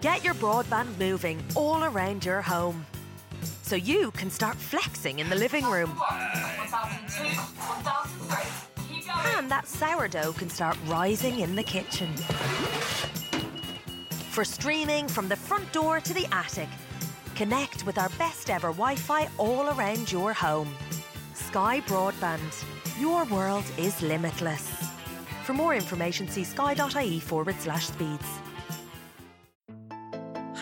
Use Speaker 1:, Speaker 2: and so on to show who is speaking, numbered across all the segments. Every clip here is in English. Speaker 1: get your broadband moving all around your home. So you can start flexing in the living room. And that sourdough can start rising in the kitchen. For streaming from the front door to the attic, connect with our best ever Wi Fi all around your home. Sky Broadband. Your world is limitless. For more information, see sky.ie E forward slash speeds.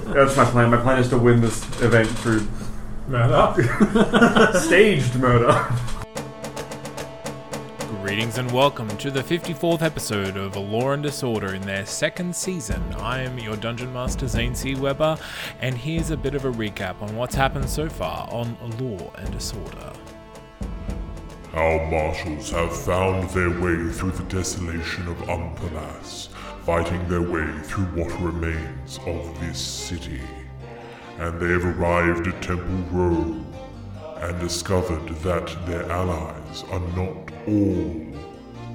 Speaker 2: That's my plan. My plan is to win this event through
Speaker 3: Murder.
Speaker 2: staged murder.
Speaker 3: Greetings and welcome to the 54th episode of Law and Disorder in their second season. I am your Dungeon Master Zane C. Weber, and here's a bit of a recap on what's happened so far on Law and Disorder.
Speaker 4: Our marshals have found their way through the desolation of Umpalas, fighting their way through what remains of this city. And they have arrived at Temple Row and discovered that their allies are not all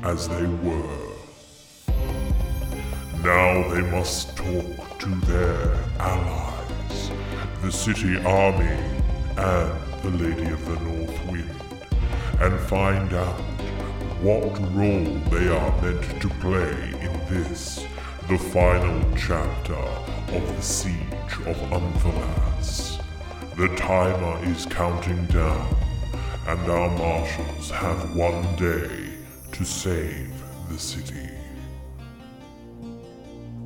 Speaker 4: as they were. Now they must talk to their allies, the city army and the Lady of the North Wind, and find out what role they are meant to play in this, the final chapter of the Siege of Umphalas. The timer is counting down, and our marshals have one day to save the city.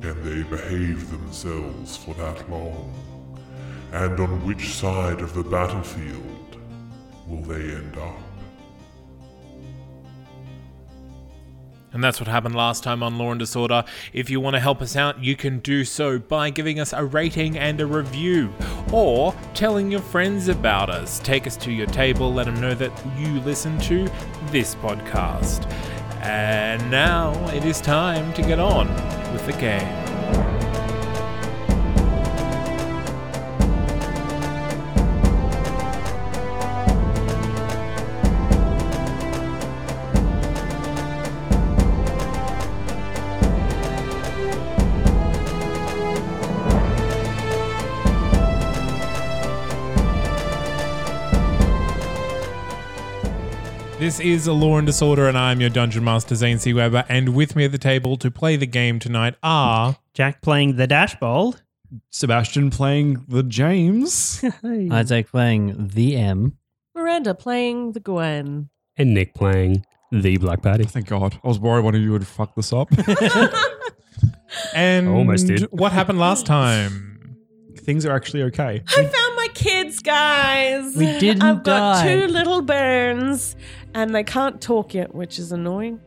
Speaker 4: Can they behave themselves for that long? And on which side of the battlefield will they end up?
Speaker 3: And that's what happened last time on Law and Disorder. If you want to help us out, you can do so by giving us a rating and a review, or telling your friends about us. Take us to your table, let them know that you listen to this podcast. And now it is time to get on with the game. This is Law and Disorder, and I'm your Dungeon Master, Zane C. Weber. And with me at the table to play the game tonight are.
Speaker 5: Jack playing the dashboard.
Speaker 6: Sebastian playing the James.
Speaker 7: Isaac playing the M.
Speaker 8: Miranda playing the Gwen.
Speaker 9: and Nick playing the Black Party.
Speaker 6: Thank God. I was worried one of you would fuck this up.
Speaker 3: And
Speaker 9: Almost did.
Speaker 3: what happened last time?
Speaker 6: Things are actually okay.
Speaker 8: I found my kids, guys.
Speaker 7: We didn't
Speaker 8: I've got
Speaker 7: die.
Speaker 8: two little burns, and they can't talk yet, which is annoying.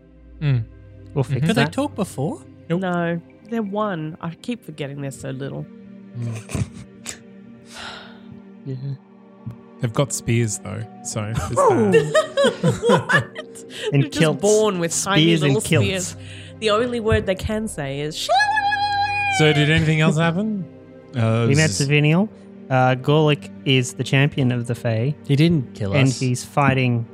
Speaker 5: We'll fix
Speaker 7: Could they
Speaker 5: that.
Speaker 7: talk before?
Speaker 3: Nope.
Speaker 8: No, they're one. I keep forgetting they're so little.
Speaker 3: They've got spears, though. So, there's
Speaker 8: Oh.
Speaker 3: that.
Speaker 8: what?
Speaker 5: And
Speaker 8: They're just
Speaker 5: kilts.
Speaker 8: born with tiny
Speaker 5: Spears and
Speaker 8: little
Speaker 5: kilts.
Speaker 8: spears. The only word they can say is "Shh."
Speaker 3: so did anything else happen?
Speaker 6: Uh,
Speaker 5: We met Savinial. Uh, Gorlick is the champion of the Fae,
Speaker 7: He didn't kill
Speaker 5: and
Speaker 7: us.
Speaker 5: he's fighting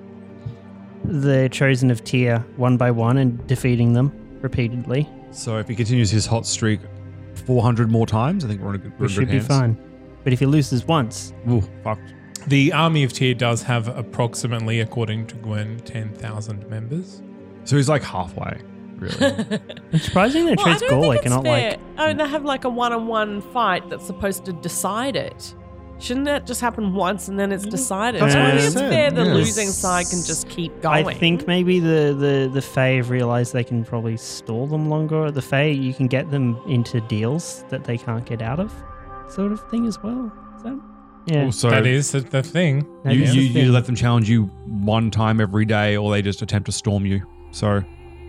Speaker 5: the Chosen of Tyr one by one and defeating them repeatedly.
Speaker 6: so if he continues his hot streak 400 more times, I think we're in a good, we're
Speaker 5: We
Speaker 6: in
Speaker 5: should
Speaker 6: good
Speaker 5: be
Speaker 6: hands.
Speaker 5: fine. But if he loses once,
Speaker 6: Ooh, fucked.
Speaker 3: The Army of Tyr does have approximately, according to Gwen, 10,000 members.
Speaker 6: So he's like halfway, really.
Speaker 5: it's surprising they
Speaker 8: Well, I
Speaker 5: chose
Speaker 8: don't think
Speaker 5: Gorlick
Speaker 8: it's
Speaker 5: and not
Speaker 8: fair.
Speaker 5: like.
Speaker 8: Oh, they have like a one-on-one fight that's supposed to decide it. Shouldn't that just happen once and then
Speaker 5: Mm.
Speaker 8: it's decided?
Speaker 6: That's
Speaker 8: I
Speaker 6: what
Speaker 8: think
Speaker 6: I
Speaker 8: it's
Speaker 6: said,
Speaker 8: fair the
Speaker 6: yeah.
Speaker 8: losing side can just keep
Speaker 5: I
Speaker 8: going.
Speaker 5: think maybe the the the Fae have realized they can probably stall them longer. The Fae, you can get them into deals that they can't get out of, sort of thing as well. So, yeah,
Speaker 6: Also,
Speaker 3: that is the, the thing.
Speaker 5: That
Speaker 6: Oh, you,
Speaker 5: is
Speaker 6: you,
Speaker 5: the
Speaker 6: you
Speaker 5: thing.
Speaker 6: let them challenge you one time every day, or they just attempt to storm you. So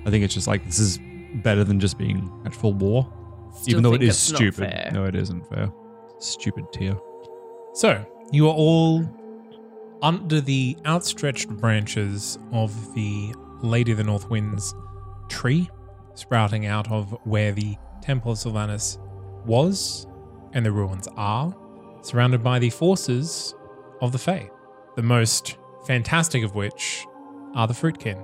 Speaker 6: I think it's just like this is better than just being actual war.
Speaker 8: Still
Speaker 6: even though it
Speaker 8: think
Speaker 6: is
Speaker 8: it's not
Speaker 6: stupid.
Speaker 8: fair.
Speaker 6: No, it isn't fair. Stupid tier.
Speaker 3: So, you are all under the outstretched branches of the Lady of the North Winds tree, sprouting out of where the Temple of Sylvanus was and the ruins are, surrounded by the forces of the Fae, the most fantastic of which are the Fruitkin.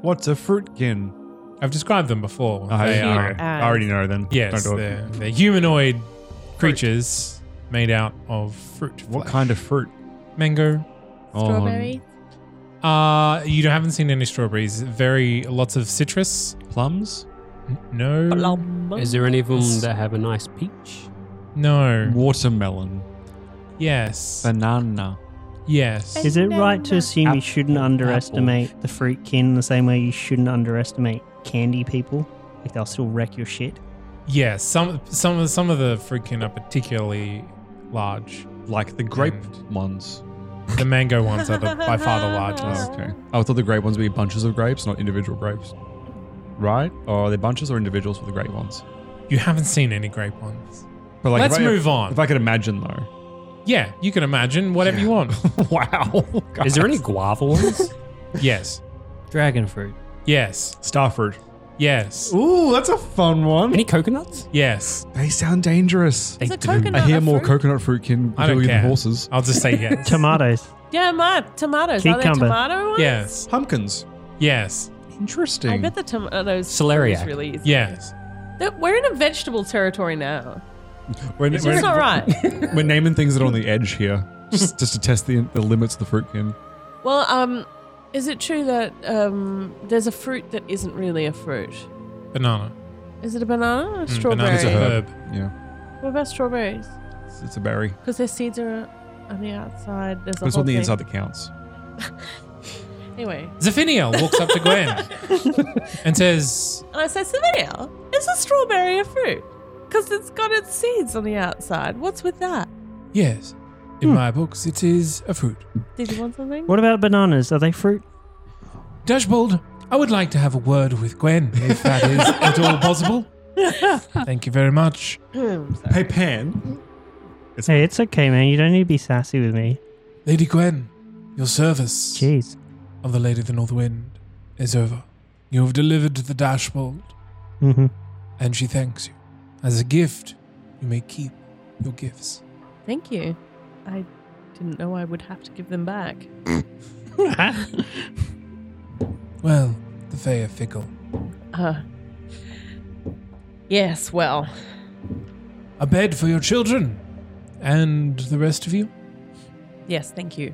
Speaker 6: What's a fruitkin?
Speaker 3: I've described them before.
Speaker 6: I,
Speaker 3: They
Speaker 6: I-
Speaker 3: are-
Speaker 6: I already know then.
Speaker 3: Yes,
Speaker 6: Don't do it.
Speaker 3: they're, they're humanoid creatures made out of fruit.
Speaker 6: What
Speaker 3: flesh.
Speaker 6: kind of fruit?
Speaker 3: Mango.
Speaker 6: Oh,
Speaker 3: Uh, you don't- haven't seen any strawberries. Very lots of citrus.
Speaker 6: plums?
Speaker 3: N- No.
Speaker 9: Is there any of them
Speaker 3: Yes.
Speaker 9: that have a nice peach?
Speaker 3: No.
Speaker 6: Watermelon.
Speaker 3: Yes.
Speaker 6: Banana.
Speaker 3: yes.
Speaker 5: Is it right to assume you shouldn't
Speaker 6: Apple.
Speaker 5: underestimate the fruit kin the same way you shouldn't underestimate candy people? Like they'll still wreck your shit.
Speaker 3: Yeah. Some some of some of the fruitkin are particularly large.
Speaker 6: Like the grape
Speaker 3: And
Speaker 6: ones. Oh,
Speaker 3: the mango ones are the, by far the largest.
Speaker 6: Okay. I thought the grape ones would be bunches of grapes, not individual grapes. Right? Or are they bunches or individuals for the grape ones?
Speaker 3: You haven't seen any grape ones.
Speaker 6: But
Speaker 3: Let's
Speaker 6: if I-
Speaker 3: move on.
Speaker 6: If I could imagine though.
Speaker 3: Yeah, you can imagine whatever you want.
Speaker 6: wow.
Speaker 9: Is there any guava ones?
Speaker 3: yes.
Speaker 7: Dragon fruit.
Speaker 3: Yes.
Speaker 6: starfruit?
Speaker 3: Yes.
Speaker 6: Ooh, that's a fun one.
Speaker 9: any coconuts?
Speaker 3: Yes.
Speaker 6: They sound dangerous.
Speaker 9: They
Speaker 8: a
Speaker 9: do.
Speaker 8: coconut-
Speaker 6: I hear
Speaker 8: a
Speaker 6: more
Speaker 8: fruit?
Speaker 6: coconut fruit can
Speaker 3: I don't
Speaker 6: do
Speaker 3: care.
Speaker 6: than horses.
Speaker 3: I'll just say yes.
Speaker 5: Tomatoes.
Speaker 8: Yeah, my tomatoes. Are there
Speaker 5: Cucumber.
Speaker 8: tomato ones?
Speaker 3: Yes.
Speaker 6: Pumpkins.
Speaker 3: Yes.
Speaker 6: Interesting.
Speaker 8: I bet the tomatoes.
Speaker 9: Celeriac.
Speaker 8: is Really easy.
Speaker 3: Yes.
Speaker 8: That- We're in a vegetable territory now.
Speaker 6: we're,
Speaker 8: It's just all right.
Speaker 6: we're naming things that are on the edge here, just, just to test the, the limits of the fruit can.
Speaker 8: Well, um, is it true that um, there's a fruit that isn't really a fruit?
Speaker 3: Banana.
Speaker 8: Is it a banana
Speaker 6: Hmm,
Speaker 8: or a
Speaker 3: Mm,
Speaker 8: strawberry?
Speaker 3: Banana's a herb.
Speaker 6: Yeah,
Speaker 8: What about strawberries?
Speaker 6: it's, it's a berry,
Speaker 8: Because their seeds are on the outside. There's a
Speaker 6: but it's
Speaker 8: whole
Speaker 6: on the
Speaker 8: thing.
Speaker 6: inside that counts.
Speaker 8: Anyway,
Speaker 3: Zephinia walks up to Gwen and says,
Speaker 8: and I say, Savannah, is a strawberry a fruit? Because it's got its seeds on the outside. What's with that?
Speaker 3: Yes, in my books it is a fruit.
Speaker 8: Did you want something?
Speaker 5: What about bananas? Are they fruit?
Speaker 3: Dashbold, I would like to have a word with Gwen, if that is at all possible. Thank you very much.
Speaker 6: Hey Pan,
Speaker 5: Hey, it's okay, man. You don't need to be sassy with me.
Speaker 3: Lady Gwen, your service
Speaker 5: Jeez.
Speaker 3: of the Lady of the North Wind is over. You have delivered the Dashbold,
Speaker 5: Mm-hmm.
Speaker 3: and she thanks you. As a gift, you may keep your gifts.
Speaker 8: Thank you. I didn't know I would have to give them back.
Speaker 3: Well, the Fae are fickle.
Speaker 8: Uh, yes, well,
Speaker 3: A bed for your children and the rest of you.
Speaker 8: yes, thank you.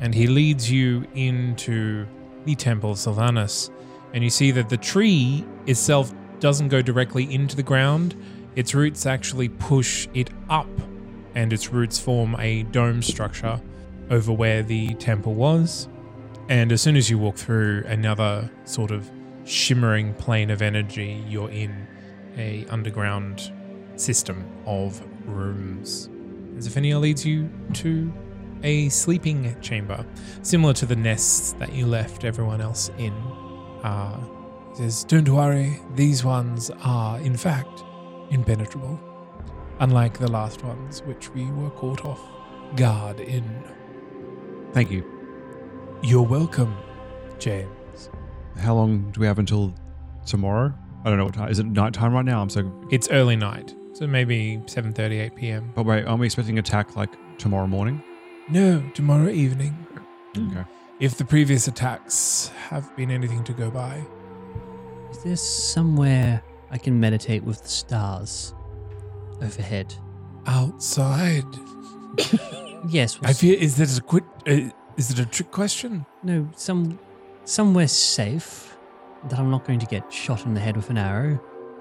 Speaker 3: and he leads you into the temple of Sylvanus. And you see that the tree itself doesn't go directly into the ground, its roots actually push it up, and its roots form a dome structure over where the temple was. And as soon as you walk through another sort of shimmering plane of energy, you're in a underground system of rooms. And Zephinia leads you to a sleeping chamber, similar to the nests that you left everyone else in. Uh, he says, Don't worry, these ones are, in fact, impenetrable, unlike the last ones, which we were caught off guard in.
Speaker 6: thank you.
Speaker 3: You're welcome, James.
Speaker 6: How long do we have until tomorrow? I don't know what time. Is it nighttime right now? I'm so.
Speaker 3: It's early night, so maybe 7.38 p.m.
Speaker 6: But wait, aren't we expecting attack like tomorrow morning?
Speaker 3: No, tomorrow evening.
Speaker 6: Okay.
Speaker 3: If the previous attacks have been anything to go by,
Speaker 7: Is there somewhere I can meditate with the stars overhead?
Speaker 3: outside.
Speaker 7: Yes.
Speaker 3: I fear, is that a quit? Uh, is it a trick question?
Speaker 7: No, some somewhere safe that I'm not going to get shot in the head with an arrow.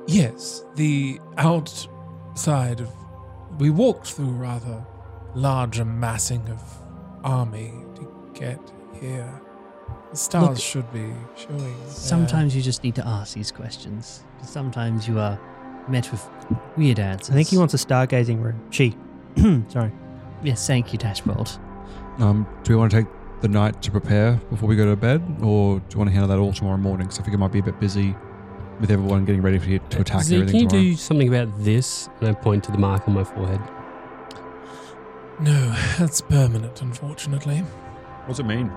Speaker 3: Yes, the outside of. We walked through rather large amassing of army to get here. The stars
Speaker 7: Look,
Speaker 3: should be showing. there.
Speaker 7: Sometimes you just need to ask these questions. Sometimes you are met with weird answers.
Speaker 5: I think he wants a stargazing room. She. Sorry.
Speaker 7: Yes, thank you, Dashbold.
Speaker 6: Um, do we want to take the night to prepare before we go to bed, or do you want to handle that all tomorrow morning? Because I think it might be a bit busy with everyone getting ready for you to attack and
Speaker 9: Zeke, can you
Speaker 6: everything tomorrow.
Speaker 9: do something about this? And I point to the mark on my forehead.
Speaker 3: No, that's permanent, unfortunately.
Speaker 6: What's it mean?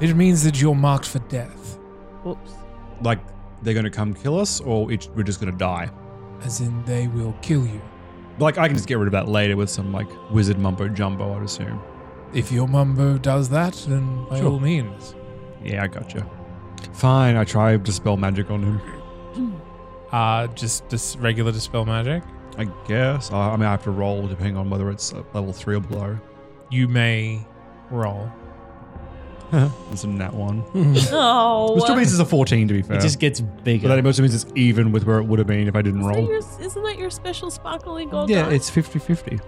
Speaker 3: It means that you're marked for death,
Speaker 8: Whoops.
Speaker 6: Like they're going to come kill us, or it, we're just going to die?
Speaker 3: as in they will kill you.
Speaker 6: Like I can just get rid of that later with some like wizard mumbo jumbo, I'd assume.
Speaker 3: If your mumbo does that, then by
Speaker 6: Sure.
Speaker 3: all means.
Speaker 6: Yeah, I gotcha. Fine, I tried to spell magic on him.
Speaker 3: Uh, just dis- regular dispel magic.
Speaker 6: I guess. I, I mean, I have to roll depending on whether it's uh, level three or below.
Speaker 3: You may roll.
Speaker 6: It's in that one.
Speaker 8: Oh.
Speaker 6: Which still means it's a 14, to be fair.
Speaker 7: It just gets
Speaker 6: but
Speaker 7: bigger.
Speaker 6: that also means it's even with where it would have been if I didn't
Speaker 8: Isn't that,
Speaker 6: roll.
Speaker 8: your, isn't that your special sparkling gold?
Speaker 6: Yeah,
Speaker 8: dye?
Speaker 6: it's 50 50.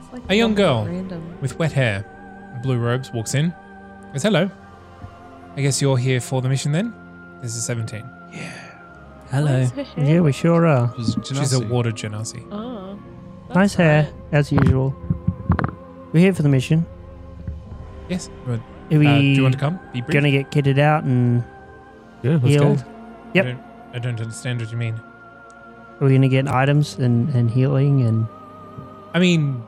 Speaker 8: It's like
Speaker 3: A young girl.
Speaker 8: Random.
Speaker 3: with wet hair, and blue robes, walks in. Says, "Hello. I guess you're here for the mission then. This is 17.
Speaker 8: Why
Speaker 7: Hello.
Speaker 8: is her hair-
Speaker 5: Yeah, we sure are.
Speaker 3: She's a water genasi.
Speaker 8: Oh, that's
Speaker 5: Nice hair,
Speaker 8: right.
Speaker 5: as usual. We're here for the mission.
Speaker 3: Yes. but,
Speaker 5: Are
Speaker 3: uh,
Speaker 5: we
Speaker 3: do you want to come? Be brief.
Speaker 5: gonna get kitted out and
Speaker 9: Yeah, let's
Speaker 5: healed? Yep.
Speaker 3: I don't, I don't understand what you mean.
Speaker 5: Are we gonna get items and, and healing and
Speaker 3: I mean,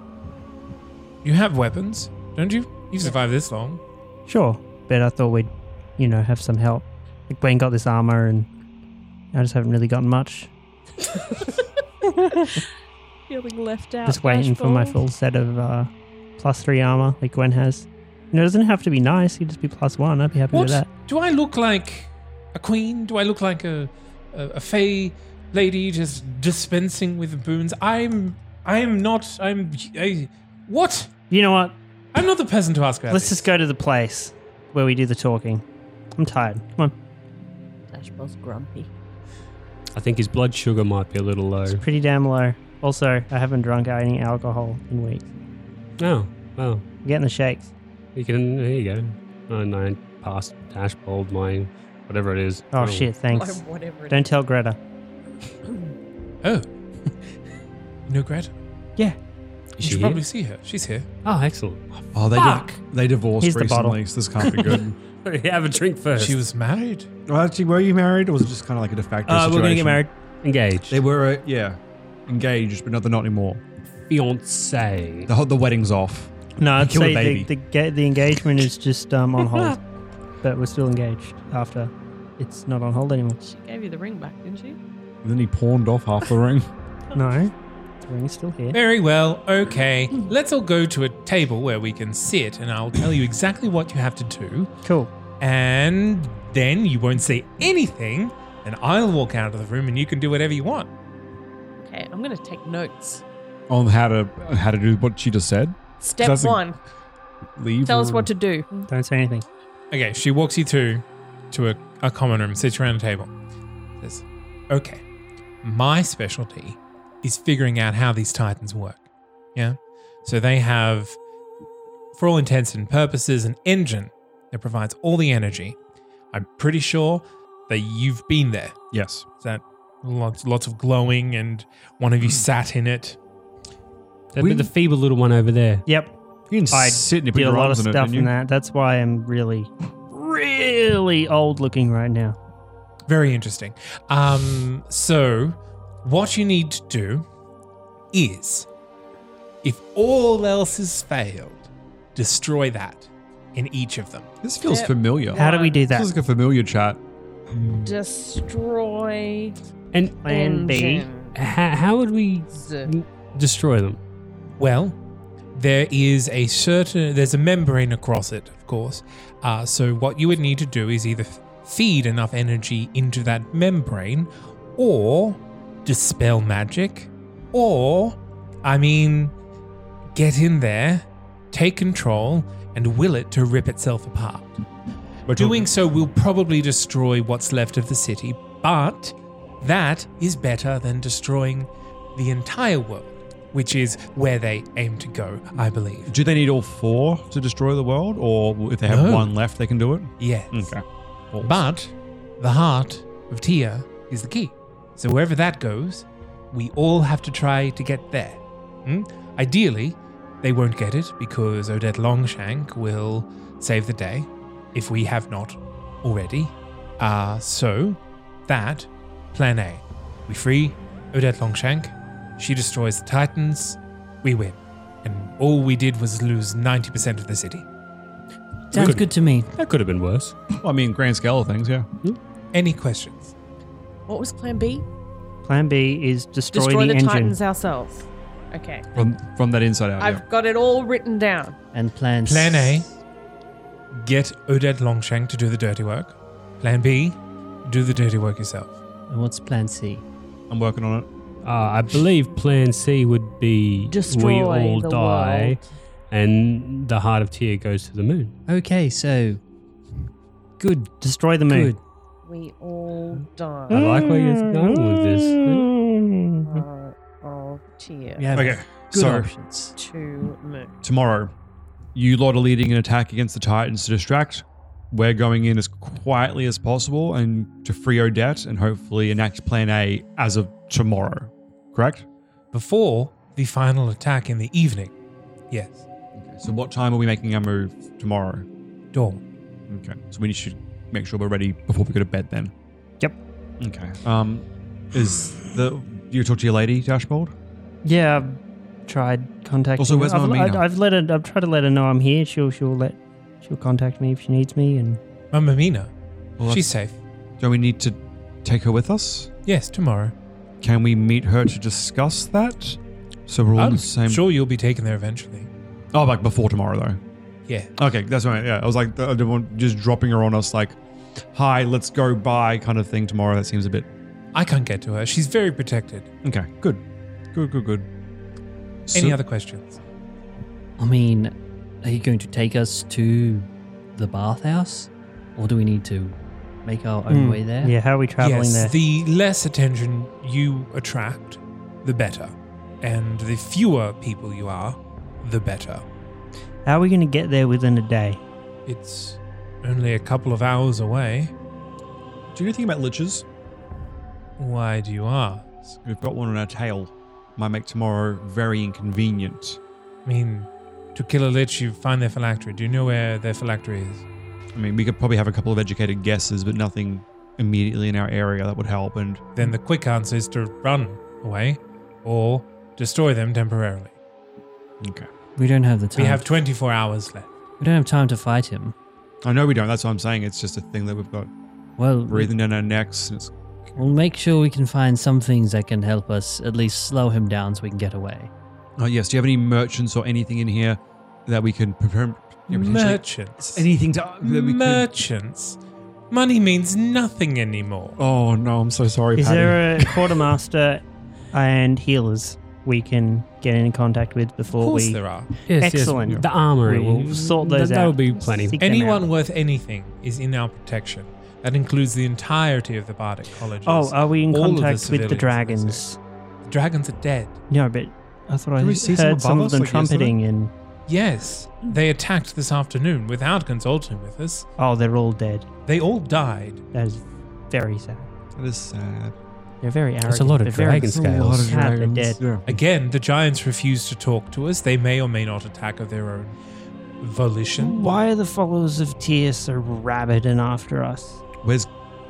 Speaker 3: you have weapons, don't you? You've survived this long.
Speaker 5: sure? But I thought we'd, you know, have some help. Like Gwen got this armor, and I just haven't really gotten much.
Speaker 8: Feeling left out.
Speaker 5: just waiting for my full set of uh, plus three armor, like Gwen has. You know, it doesn't have to be nice. You just be plus one. I'd be happy
Speaker 3: What?
Speaker 5: with that.
Speaker 3: Do I look like a queen? Do I look like a a, a fey lady just dispensing with boons? I'm I'm not. I'm I, what?
Speaker 5: You know what?
Speaker 3: I'm not the person to ask about.
Speaker 5: Let's
Speaker 3: this.
Speaker 5: just go to the place where we do the talking. I'm tired. Come on.
Speaker 8: Flashbulb's grumpy.
Speaker 9: I think his blood sugar might be a little low.
Speaker 5: It's pretty damn low. Also, I haven't drunk any alcohol in weeks.
Speaker 9: Oh, well,
Speaker 5: I'm getting the shakes.
Speaker 9: you can. There you go. Oh, no, I passed Ashbold my whatever it is.
Speaker 5: Oh, shit, thanks.
Speaker 8: Or whatever. it
Speaker 5: Don't tell Greta.
Speaker 3: Oh, you know Greta.
Speaker 5: Yeah.
Speaker 9: Is
Speaker 3: You
Speaker 9: she
Speaker 3: should
Speaker 9: here?
Speaker 3: probably see her. She's here.
Speaker 9: Oh, excellent.
Speaker 6: Oh, they,
Speaker 9: Fuck!
Speaker 6: Did, they divorced
Speaker 5: Here's the bottle.
Speaker 6: recently, so this can't be good.
Speaker 9: Have a drink first.
Speaker 3: She was married.
Speaker 6: well, actually, were you married, or was it just kind of like a de facto
Speaker 7: Uh, we're gonna get
Speaker 6: situation?
Speaker 7: married.
Speaker 9: engaged.
Speaker 6: They were, uh, yeah, engaged, but not, they're not anymore.
Speaker 9: fiance.
Speaker 6: The, whole, the wedding's off.
Speaker 5: No, I'd
Speaker 6: Kill the
Speaker 5: say
Speaker 6: baby.
Speaker 5: the, the, ga- the engagement is just um, on hold. but we're still engaged after it's not on hold anymore.
Speaker 8: She gave you the ring back, didn't she?
Speaker 6: And then he pawned off half the ring.
Speaker 5: No. The ring's still here.
Speaker 3: Very well. Okay. Let's all go to a table where we can sit, and I'll tell you exactly what you have to do.
Speaker 5: Cool.
Speaker 3: and then you won't say anything, and I'll walk out of the room and you can do whatever you want.
Speaker 8: Okay, I'm gonna take notes.
Speaker 6: on how to how to do what she just said.
Speaker 8: Step
Speaker 6: That's a-
Speaker 8: one:
Speaker 6: Leave.
Speaker 8: tell us
Speaker 6: or-
Speaker 8: what to do.
Speaker 5: Don't say anything.
Speaker 3: Okay, she walks you to to a, a common room, sits you around a table. Says, Okay, my specialty is figuring out how these titans work. Yeah? So they have, for all intents and purposes, an engine that provides all the energy. I'm pretty sure that you've been there.
Speaker 6: Yes.
Speaker 3: Is that lots lots of glowing and one of you sat in it?
Speaker 9: That'd be the feeble little one over there.
Speaker 5: Yep.
Speaker 6: You can
Speaker 5: I
Speaker 6: sit and put
Speaker 5: Did a
Speaker 6: your
Speaker 5: lot of
Speaker 6: arms in it,
Speaker 5: stuff
Speaker 6: didn't
Speaker 5: in
Speaker 6: you?
Speaker 5: that. That's why I'm really, really old looking right now.
Speaker 3: Very interesting. Um, so, what you need to do is, if all else has failed, destroy that in each of them.
Speaker 6: This feels
Speaker 8: Yep.
Speaker 6: familiar.
Speaker 5: How do we do
Speaker 6: This
Speaker 5: that?
Speaker 6: is like a familiar chat.
Speaker 8: Destroy
Speaker 9: And
Speaker 5: Plan B.
Speaker 9: how, how would we
Speaker 8: engines.
Speaker 9: destroy them?
Speaker 3: Well, there is a certain there's a membrane across it, of course. Uh, so what you would need to do is either f- feed enough energy into that membrane, or dispel magic, or I mean, get in there, take control, and will it to rip itself apart. Doing so will probably destroy what's left of the city, but that is better than destroying the entire world, which is where they aim to go, I believe.
Speaker 6: Do they need all four to destroy the world, or if they have
Speaker 3: No.
Speaker 6: one left, they can do it?
Speaker 3: Yes.
Speaker 6: Balls.
Speaker 3: But the heart of Tia is the key. So wherever that goes, we all have to try to get there. Hmm? Ideally, They won't get it because Odette Longshank will save the day if we have not already. Uh, so, that plan A. We free Odette Longshank, she destroys the Titans, we win. And all we did was lose 90% of the city.
Speaker 7: Sounds
Speaker 3: Good.
Speaker 7: good to me.
Speaker 9: That could have been worse.
Speaker 6: Well, I mean, grand scale of things, yeah.
Speaker 3: Any questions?
Speaker 8: What was Plan B?
Speaker 5: Plan B is destroy,
Speaker 8: Destroy the,
Speaker 5: the, engine.
Speaker 8: Titans ourselves. Okay.
Speaker 6: From from that inside out.
Speaker 8: I've got it all written down.
Speaker 7: And plan
Speaker 3: Plan A get Odette Longshank to do the dirty work. Plan B do the dirty work yourself.
Speaker 7: And what's plan C?
Speaker 6: I'm working on it.
Speaker 9: Uh, I believe Plan C would be we
Speaker 8: Destroy
Speaker 9: all
Speaker 8: the
Speaker 9: die,
Speaker 8: world.
Speaker 9: and the heart of Tyr goes to the moon.
Speaker 7: Okay, so good,
Speaker 5: Destroy the moon.
Speaker 7: good.
Speaker 8: We all die.
Speaker 9: I like where you're going with this.
Speaker 8: Uh, oh, cheer.
Speaker 7: We have
Speaker 6: Okay,
Speaker 7: good
Speaker 6: so-
Speaker 7: options.
Speaker 8: Two moon.
Speaker 6: Tomorrow, you lot are leading an attack against the Titans to distract. We're going in as quietly as possible and to free Odette and hopefully enact Plan A as of tomorrow. Correct?
Speaker 3: Before the final attack in the evening. Yes.
Speaker 6: Okay. So, what time are we making our move tomorrow?
Speaker 3: Dawn.
Speaker 6: Okay. So we should make sure we're ready before we go to bed then.
Speaker 5: Yep.
Speaker 6: Okay. Um, is the you talk to your lady Dashbold?
Speaker 5: Yeah, I've tried contacting.
Speaker 6: Also, where's
Speaker 5: her. I've,
Speaker 6: Mamma
Speaker 5: I've,
Speaker 6: Mia?
Speaker 5: I've let her. I've tried to let her know I'm here. She'll she'll let she'll contact me if she needs me. And
Speaker 3: Mamma Mina.
Speaker 6: Well,
Speaker 3: She's safe.
Speaker 6: Do we need to take her with us?
Speaker 3: Yes, tomorrow.
Speaker 6: Can we meet her to discuss that? So we're all on
Speaker 3: I'm
Speaker 6: the same.
Speaker 3: sure you'll be taken there eventually.
Speaker 6: Oh, like before tomorrow
Speaker 3: Yeah.
Speaker 6: though. Okay, that's right. Yeah, I was like, I didn't want just dropping her on us like, "Hi, let's go by" kind of thing tomorrow. That seems a bit
Speaker 3: I can't get to her. She's very protected.
Speaker 6: okay. Good, good, good, good.
Speaker 3: Any
Speaker 6: So-
Speaker 3: other questions?
Speaker 7: I mean, are you going to take us to the bathhouse, or do we need to make our own
Speaker 5: Hmm.
Speaker 7: way there?
Speaker 5: yeah, how are we traveling
Speaker 3: yes,
Speaker 5: there?
Speaker 3: the less attention you attract, the better. And the fewer people you are, the better.
Speaker 5: how are we going to get there within a day?
Speaker 3: It's only a couple of hours away.
Speaker 6: Do you know anything about liches?
Speaker 3: Why do you ask?
Speaker 6: We've got one on our tail. Might make tomorrow very inconvenient.
Speaker 3: I mean, to kill a lich, you find their phylactery. Do you know where their phylactery is?
Speaker 6: I mean, we could probably have a couple of educated guesses, but nothing immediately in our area that would help. And
Speaker 3: Then the quick answer is to run away or destroy them temporarily.
Speaker 6: okay,
Speaker 7: We don't have the time.
Speaker 3: We have 24 hours left.
Speaker 7: We don't have time to fight him.
Speaker 6: I know we don't. That's what I'm saying. It's just a thing that we've got
Speaker 7: Well,
Speaker 6: breathing down our necks. And it's
Speaker 7: we'll make sure we can find some things that can help us at least slow him down so we can get away.
Speaker 6: oh yes. Do you have any merchants or anything in here that we can prepare? Yeah, potentially-
Speaker 3: Merchants.
Speaker 6: anything to that we could-
Speaker 3: Merchants. Money means nothing anymore.
Speaker 6: Oh no, I'm so sorry,
Speaker 5: Is
Speaker 6: Patty.
Speaker 5: there a quartermaster and healers we can get in contact with
Speaker 3: of
Speaker 5: before
Speaker 3: course
Speaker 5: we?
Speaker 3: there are.
Speaker 9: Yes, yes,
Speaker 5: Excellent.
Speaker 9: The armory.
Speaker 5: We will sort
Speaker 9: That-
Speaker 5: those
Speaker 9: That
Speaker 5: out.
Speaker 9: would be plenty.
Speaker 5: Seek them
Speaker 3: Anyone
Speaker 5: out.
Speaker 3: worth anything is in our protection. That includes the entirety of the Bardic colleges.
Speaker 5: Oh, are we in
Speaker 3: All of the
Speaker 5: contact with
Speaker 3: civilians
Speaker 5: the
Speaker 3: in this
Speaker 5: dragons?
Speaker 3: area. The dragons are dead.
Speaker 5: No, but I thought I
Speaker 6: Did we see some
Speaker 5: heard some
Speaker 6: above
Speaker 5: of
Speaker 6: us,
Speaker 5: them
Speaker 6: like, yesterday?
Speaker 5: trumpeting and
Speaker 3: Yes, they attacked this afternoon without consulting with us.
Speaker 5: oh, they're all dead.
Speaker 3: They all died.
Speaker 5: That is very sad.
Speaker 6: That is sad.
Speaker 5: They're very arrogant.
Speaker 7: a lot of
Speaker 5: They're very
Speaker 7: dragon scales. A lot of
Speaker 5: sad they're dead.
Speaker 3: Again, the giants refuse to talk to us. They may or may not attack of their own volition.
Speaker 5: Why are the followers of Tyr so rabid and after us?
Speaker 6: Where's?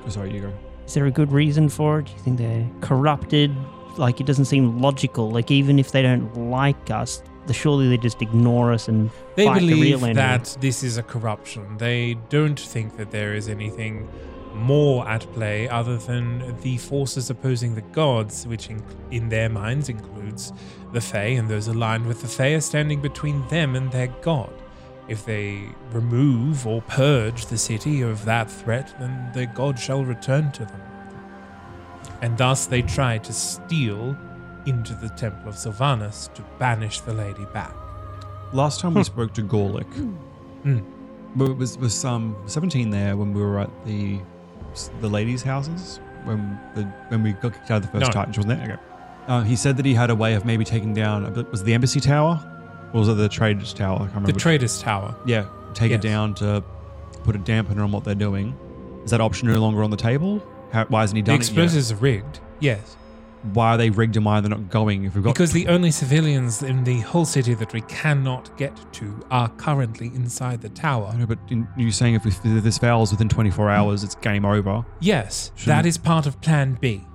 Speaker 6: Oh, sorry, you go.
Speaker 5: Is there a good reason for it? Do you think they're corrupted? Like, it doesn't seem logical. Like, even if they don't like us, the- surely they just ignore us and
Speaker 3: They
Speaker 5: fight the
Speaker 3: believe
Speaker 5: real enemy.
Speaker 3: that this is a corruption. They don't think that there is anything more at play other than the forces opposing the gods, which in, in their minds includes the Fae, and those aligned with the Fae are standing between them and their god. If they remove or purge the city of that threat, then the god shall return to them. And thus they try to steal into the Temple of Sylvanus to banish the lady back.
Speaker 6: Last time we spoke to Gorlick,
Speaker 3: Mm.
Speaker 6: but it was was some seventeen there when we were at the the ladies' houses when the when we got kicked out of the first
Speaker 3: No.
Speaker 6: Titans, wasn't it? Okay. Uh, he said that he had a way of maybe taking down. I bel- Was it the embassy tower, or was it the traders' tower? I can't remember.
Speaker 3: The
Speaker 6: which-
Speaker 3: Trader's Tower.
Speaker 6: yeah, take
Speaker 3: Yes.
Speaker 6: it down to put a dampener on what they're doing. Is that option no longer on the table? How, why hasn't he
Speaker 3: The
Speaker 6: done it? yet?
Speaker 3: explosives are rigged. Yes.
Speaker 6: why are they rigged and why are they not going? If we've got
Speaker 3: Because the only civilians in the whole city that we cannot get to are currently inside the tower.
Speaker 6: I know, but in, you're saying if, we, if this fails within 24 hours, it's game over.
Speaker 3: Yes,
Speaker 6: Shouldn't-
Speaker 3: that is part of Plan B.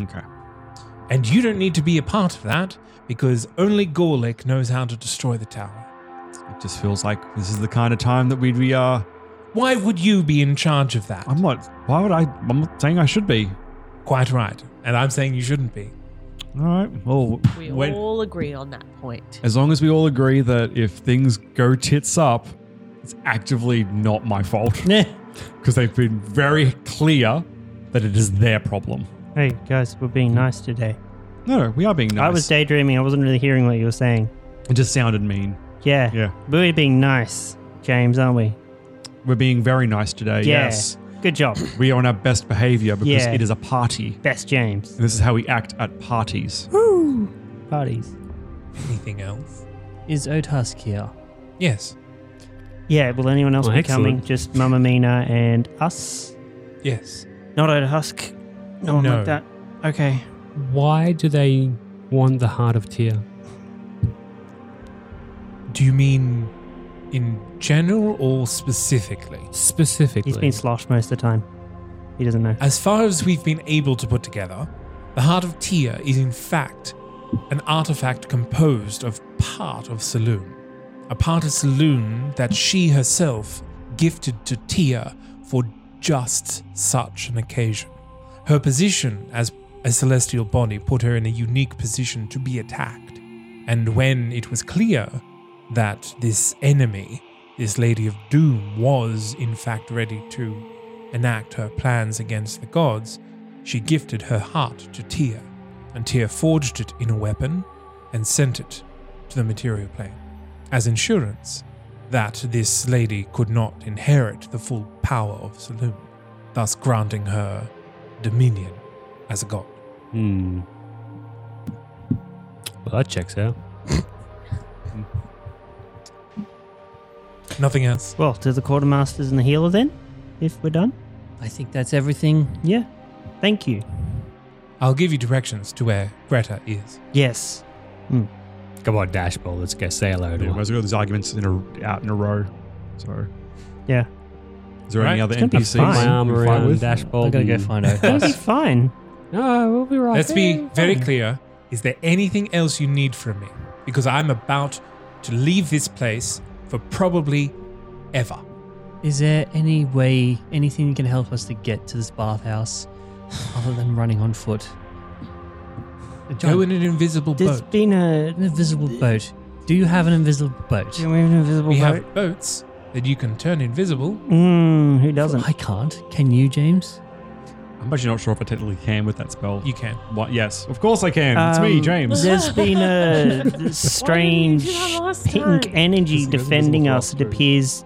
Speaker 6: Okay.
Speaker 3: And you don't need to be a part of that because only Gorlick knows how to destroy the tower.
Speaker 6: It just feels like this is the kind of time that we'd be. Uh,
Speaker 3: Why would you be in charge of that?
Speaker 6: I'm not. Why would I? I'm not saying I should be.
Speaker 3: Quite right. And I'm saying you shouldn't be.
Speaker 6: All right. Well,
Speaker 8: We
Speaker 6: when-
Speaker 8: all agree on that point.
Speaker 6: as long as we all agree that if things go tits up, it's actively not my fault because they've been very clear that it is their problem. Mm.
Speaker 5: Hey guys, we're being nice today.
Speaker 6: No, no, we are being nice.
Speaker 5: I was daydreaming. I wasn't really hearing what you were saying.
Speaker 6: It just sounded mean.
Speaker 5: Yeah.
Speaker 6: Yeah.
Speaker 5: We're being nice, James, aren't we?
Speaker 6: We're being very nice today.
Speaker 5: Yeah.
Speaker 6: Yes.
Speaker 5: Good job.
Speaker 6: We are on our best behavior because
Speaker 5: Yeah.
Speaker 6: it is a party.
Speaker 5: Best James.
Speaker 6: And this is how we act at parties.
Speaker 5: Parties.
Speaker 3: Anything else?
Speaker 7: Is Otask here?
Speaker 3: Yes.
Speaker 5: Yeah, will anyone else
Speaker 9: Oh,
Speaker 5: be
Speaker 9: excellent.
Speaker 5: coming? Just Mamma Mina and us?
Speaker 3: Yes.
Speaker 5: Not at Husk. No one
Speaker 3: No.
Speaker 5: like that. Okay.
Speaker 9: Why do they want the heart of Tyr?
Speaker 3: Do you mean in general or specifically?
Speaker 9: Specifically.
Speaker 5: He's been sloshed most of the time. He doesn't know.
Speaker 3: As far as we've been able to put together, the Heart of Tyr is in fact an artifact composed of part of Saloon. A part of Saloon that she herself gifted to Tyr for just such an occasion. Her position as a celestial body put her in a unique position to be attacked. And when it was clear that this enemy, this Lady of Doom, was in fact ready to enact her plans against the gods, she gifted her heart to Tyr, and Tyr forged it in a weapon and sent it to the material plane as insurance that this lady could not inherit the full power of Saloon, thus granting her dominion as a god.
Speaker 9: Hmm. Well, that checks out.
Speaker 3: Nothing else.
Speaker 5: Well, to the quartermasters and the healer then, if we're done.
Speaker 7: I think that's everything.
Speaker 5: Yeah. Thank you.
Speaker 3: I'll give you directions to where Greta is.
Speaker 5: Yes.
Speaker 9: Come on, Dashbowl. Let's go say hello to
Speaker 6: Yeah,
Speaker 9: him.
Speaker 6: where's all these arguments in a, out in a row? So,
Speaker 5: Yeah.
Speaker 6: is there any
Speaker 3: Right.
Speaker 6: other
Speaker 5: It's gonna be
Speaker 6: NPCs?
Speaker 5: fine.
Speaker 9: My arm
Speaker 6: we can
Speaker 9: around
Speaker 6: fight with?
Speaker 9: Dashbowl.
Speaker 7: I gotta go
Speaker 9: and-
Speaker 7: find
Speaker 5: It'll be
Speaker 7: Otask.
Speaker 5: fine.
Speaker 9: No, we'll be right.
Speaker 3: Let's be
Speaker 9: there.
Speaker 3: very clear. Is there anything else you need from me? Because I'm about to leave this place for probably ever.
Speaker 7: Is there any way, anything you can help us to get to this bathhouse other than running on foot?
Speaker 3: Go in an invisible
Speaker 5: There's
Speaker 3: boat.
Speaker 5: been a.
Speaker 7: An invisible boat. Do you have an invisible boat?
Speaker 5: Do we have an invisible
Speaker 3: We
Speaker 5: boat?
Speaker 3: have boats that you can turn invisible.
Speaker 5: Mm, who doesn't?
Speaker 7: I can't. Can you, James?
Speaker 6: I'm actually not sure if I technically can with that spell.
Speaker 3: You can.
Speaker 6: what? Yes, of course I can. it's me,
Speaker 5: Um,
Speaker 6: James.
Speaker 5: There's been a strange
Speaker 8: last
Speaker 5: pink
Speaker 8: time?
Speaker 5: energy
Speaker 6: Doesn't go
Speaker 5: defending
Speaker 6: invisible
Speaker 5: us. It
Speaker 6: through.
Speaker 5: appears,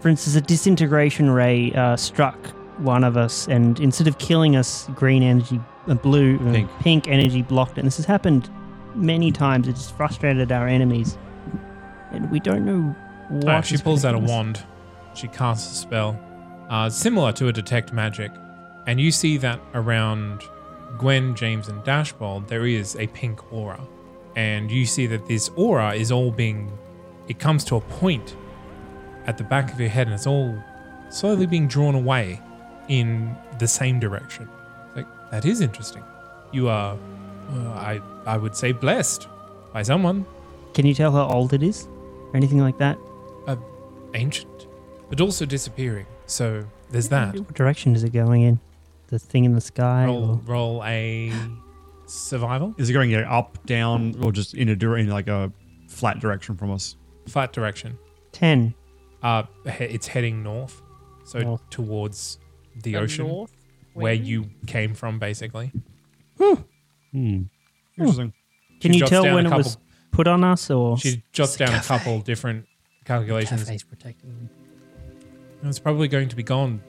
Speaker 5: for instance, a disintegration ray uh, struck one of us, and instead of killing us, green energy, uh, blue, uh,
Speaker 6: Pink.
Speaker 5: pink energy blocked it. And this has happened many times. It's frustrated our enemies, and we don't know what.
Speaker 3: Ah, she
Speaker 5: is
Speaker 3: pulls out a
Speaker 5: hurting us.
Speaker 3: wand. She casts a spell uh, similar to a detect magic. And you see that around Gwen, James, and Dashbold, there is a pink aura. And you see that this aura is all being, it comes to a point at the back of your head and it's all slowly being drawn away in the same direction. Like, that is interesting. You are, uh, I, I would say, blessed by someone.
Speaker 5: Can you tell how old it is, or anything like that?
Speaker 3: ancient, but also disappearing. So there's that.
Speaker 5: What direction is it going in? The thing in the sky.
Speaker 3: Roll,
Speaker 5: or-
Speaker 3: roll a survival
Speaker 6: Is it going either up, down, or just in a dir- in like a flat direction from us?
Speaker 3: flat direction.
Speaker 5: Ten.
Speaker 3: Uh, he- it's heading north, so
Speaker 5: North.
Speaker 3: towards the,
Speaker 8: The
Speaker 3: ocean
Speaker 8: north
Speaker 3: where
Speaker 8: wind?
Speaker 3: you came from, basically.
Speaker 9: Hmm.
Speaker 6: Interesting.
Speaker 5: Can
Speaker 3: She
Speaker 5: you
Speaker 3: jots
Speaker 5: tell
Speaker 3: down
Speaker 5: when
Speaker 3: a
Speaker 5: it was
Speaker 3: couple-
Speaker 5: Hmm. put on us, or
Speaker 3: She jots down a couple different calculations.
Speaker 7: Cafe's protecting them.
Speaker 3: And It's probably going to be gone.